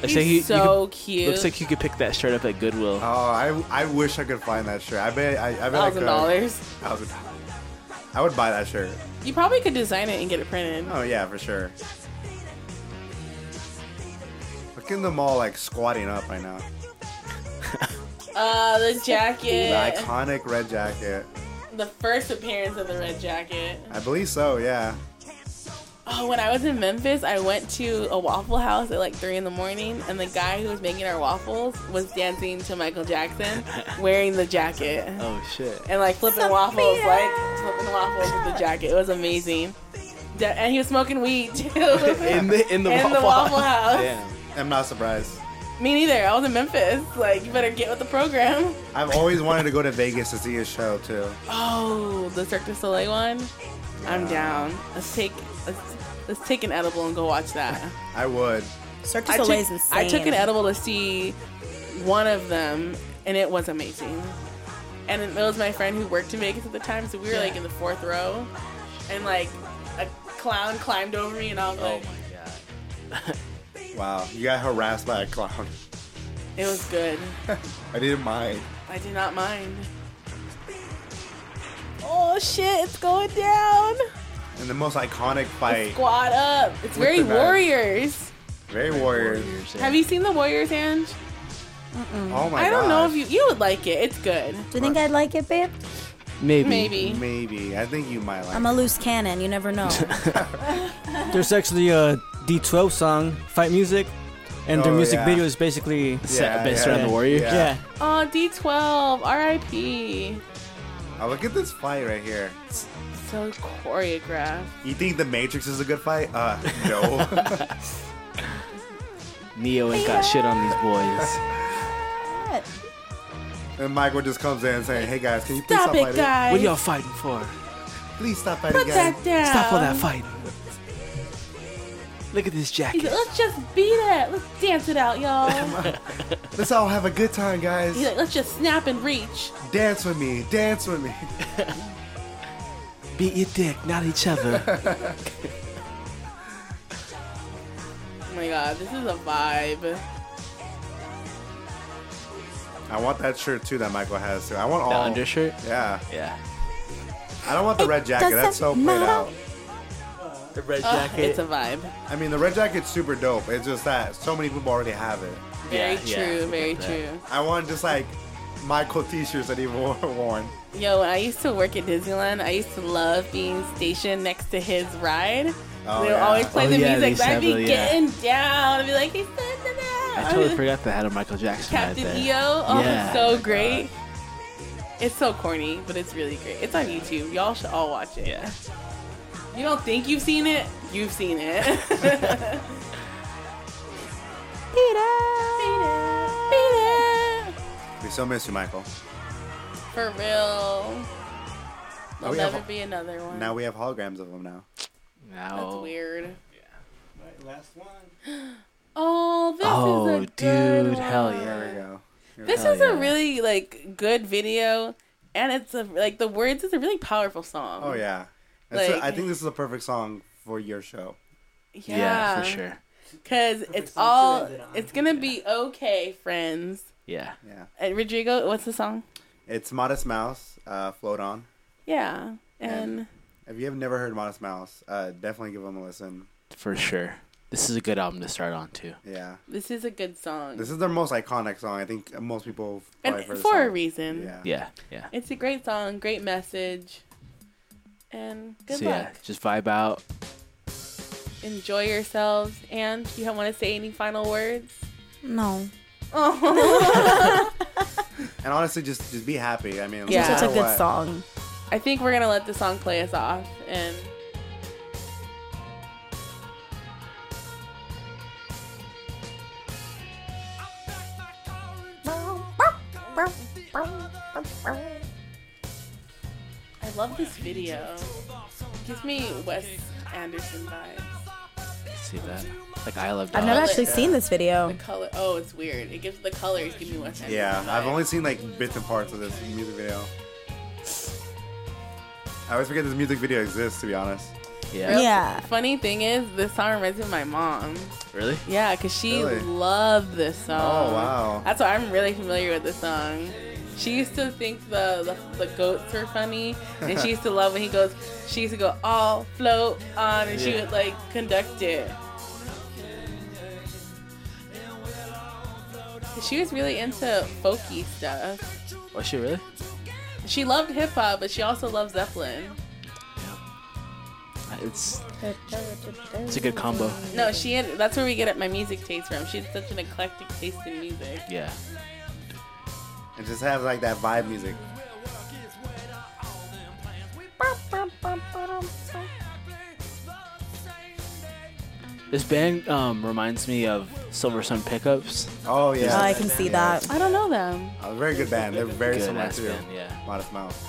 He's so cute. Looks like you could pick that shirt up at Goodwill. Oh, I, I wish I could find that shirt. I bet I, I bet I could. $1,000? Thousand dollars. I would buy that shirt. You probably could design it and get it printed. Oh yeah, for sure. Look at them all like squatting up right now. Uh, the jacket. The iconic red jacket. The first appearance of the red jacket. I believe so. Yeah. Oh, when I was in Memphis, I went to a Waffle House at like three in the morning, and the guy who was making our waffles was dancing to Michael Jackson, wearing the jacket Oh shit. and like flipping waffles, like flipping waffles with the jacket. It was amazing. Da- and he was smoking weed too. in the in the, In the Waffle House. I'm not surprised. Me neither. I was in Memphis. Like, you better get with the program. I've always wanted to go to Vegas to see his show too. Oh, the Cirque du Soleil one. I'm down. Let's take let's, let's take an edible and go watch that. I would. Cirque I took, I took an edible to see one of them, and it was amazing. And it was my friend who worked in Vegas at the time, so we were like in the fourth row, and like a clown climbed over me, and I was like, Wow, you got harassed by a clown. it was good. I didn't mind. I do not mind. Oh shit, it's going down. And the most iconic fight. Squad up. It's With very the knife. Warriors. Very warriors. Have you seen the Warriors, Ange? Oh my I don't know gosh. if you you would like it. It's good. Do you think I'd like it, babe? Maybe. Maybe. Maybe. I think you might like. I'm a loose cannon. You never know. There's actually a D12 song, Fight Music, and their Oh, music yeah. video is basically Set- based around the Warriors? Yeah. Yeah. Oh, D12, R.I.P. Oh, look at this fight right here. So choreographed. You think the Matrix is a good fight? Uh, no. Neo ain't got shit on these boys. and Michael just comes in saying, "Hey guys, can you Stop please it, stop fighting? guys. What are y'all fighting for? Please stop Put fighting, guys. that down. Stop all that fight. Look at this He's jacket. like, let's just beat it. Let's dance it out, y'all. Let's all have a good time, guys. He's like, let's just snap and reach. Dance with me. Dance with me." Beat your dick, not each other. Oh my god, this is a vibe. I want that shirt too that Michael has too. I want The Oh. all undershirt? Yeah. Yeah. I don't want the red jacket. That's so doesn't played matter. out. The red Ugh, jacket. it's a vibe. I mean, the red jacket's super dope. It's just that so many people already have it. Very Yeah, yeah, true, I get very that. true. I want just like Michael t-shirts that he wore. worn. Yo, when I used to work at Disneyland, I used to love being stationed next to his ride. Oh, they would yeah. always play Oh, the yeah, music. they I'd be sample, yeah. getting down. I'd be like, he's sending out. I totally forgot they had a Michael Jackson. right Captain there. EO. Oh, yeah. it's so great. It's so corny, but it's really great. It's on YouTube. Y'all should all watch it. Yeah. You don't think you've seen it? You've seen it. Peter. Peter. Peter. We so miss you, Michael. For real. There'll we have never a- be another one. Now we have holograms of him now. That's weird. last one. Oh, this is a dude, good hell one. yeah. There we go. This is a really like good video, and it's a like the words is a really powerful song. Oh yeah. That's a- Like- I think this is a perfect song for your show. Yeah. Yeah, for sure. Cause it's all it's gonna be okay, friends. Yeah. Yeah. And Rodrigo, what's the song? It's Modest Mouse, uh, Float On. Yeah, and If you have never heard Modest Mouse, uh, definitely give them a listen. For sure. This is a good album to start on too. Yeah. Mm. this is a good song. This is their most iconic song. I think most people and probably heard this for a song. reason. Yeah. Yeah. Yeah. It's a great song, great message, and good so luck. yeah, just vibe out. enjoy yourselves and you want to say any final words no oh And honestly, just just be happy. I mean, no Yeah. Such a matter good what. song. i think we're gonna let the song play us off and i love this video gives me wes anderson vibes See that? Like I love. I've never Dolls. actually seen this video. the color oh it's weird it gives the colors give me wes anderson Yeah, I've only seen like bits and parts of this music video. I always forget this music video exists, to be honest. Real- Funny thing is, this song reminds me of my mom. Really? Yeah, because she Really? loved this song. Oh, wow. That's why I'm really familiar with this song. She used to think the, the, the goats were funny, and she used to love when he goes, she used to go, all float on, and she Yeah. would like conduct it. She was really into folky stuff. Was she Oh, really? She loved hip hop, but she also loved Zeppelin. It's it's a good combo. No, she had. That's where we get at my music taste from. She had such an eclectic taste in music. Yeah. And just have like that vibe music. This band um, reminds me of Silver Sun Pickups. Oh yeah. Oh, I can see that. I don't know them. A very good band. They're very Good similar ass to band, yeah. Modest Mouse.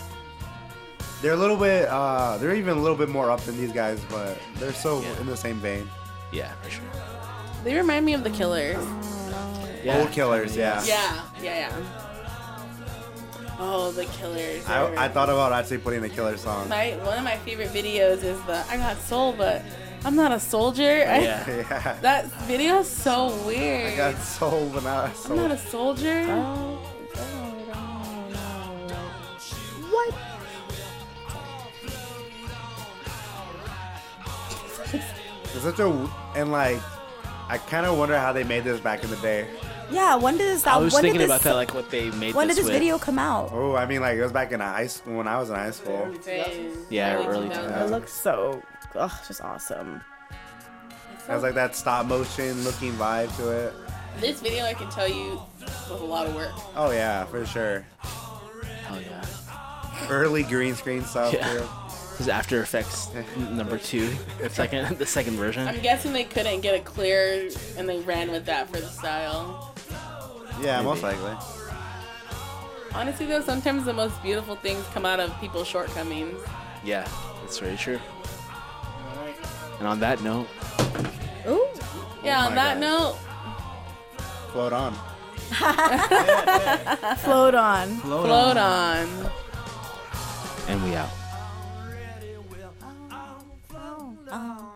They're a little bit. Uh, they're even a little bit more up than these guys, but they're so in the same vein. Yeah, for sure. They remind me of the Killers. Old killers, yeah. Yeah, yeah, yeah. Oh, the Killers. I, I thought about actually putting the killer song. My one of my favorite videos is the I got soul, but I'm not a soldier. I- Oh, Uh, yeah. that video is so I weird. got Oh. sold when I was I'm sold. not a soldier. What? It's such a and like, I kind of wonder how they made this back in the day. Yeah, when did this? I was when did thinking this, about that, like, what they made When this did this with. video come out? Oh, I mean, like it was back in high school when I was in high school. Yeah, early It looks so, ugh, just awesome. It has like that stop motion looking vibe to it. This video I can tell you was a lot of work. Oh yeah, for sure. Hell Oh, yeah. Early green screen stuff. Yeah. too. This is After Effects number two, second the second version. I'm guessing they couldn't get a clear, and they ran with that for the style. Yeah, most likely. Honestly, though, sometimes the most beautiful things come out of people's shortcomings. Yeah, that's very true. And on that note, Ooh. Yeah. Oh on my God. that note, float on. Float on. Float Float on. on. and we out. Oh.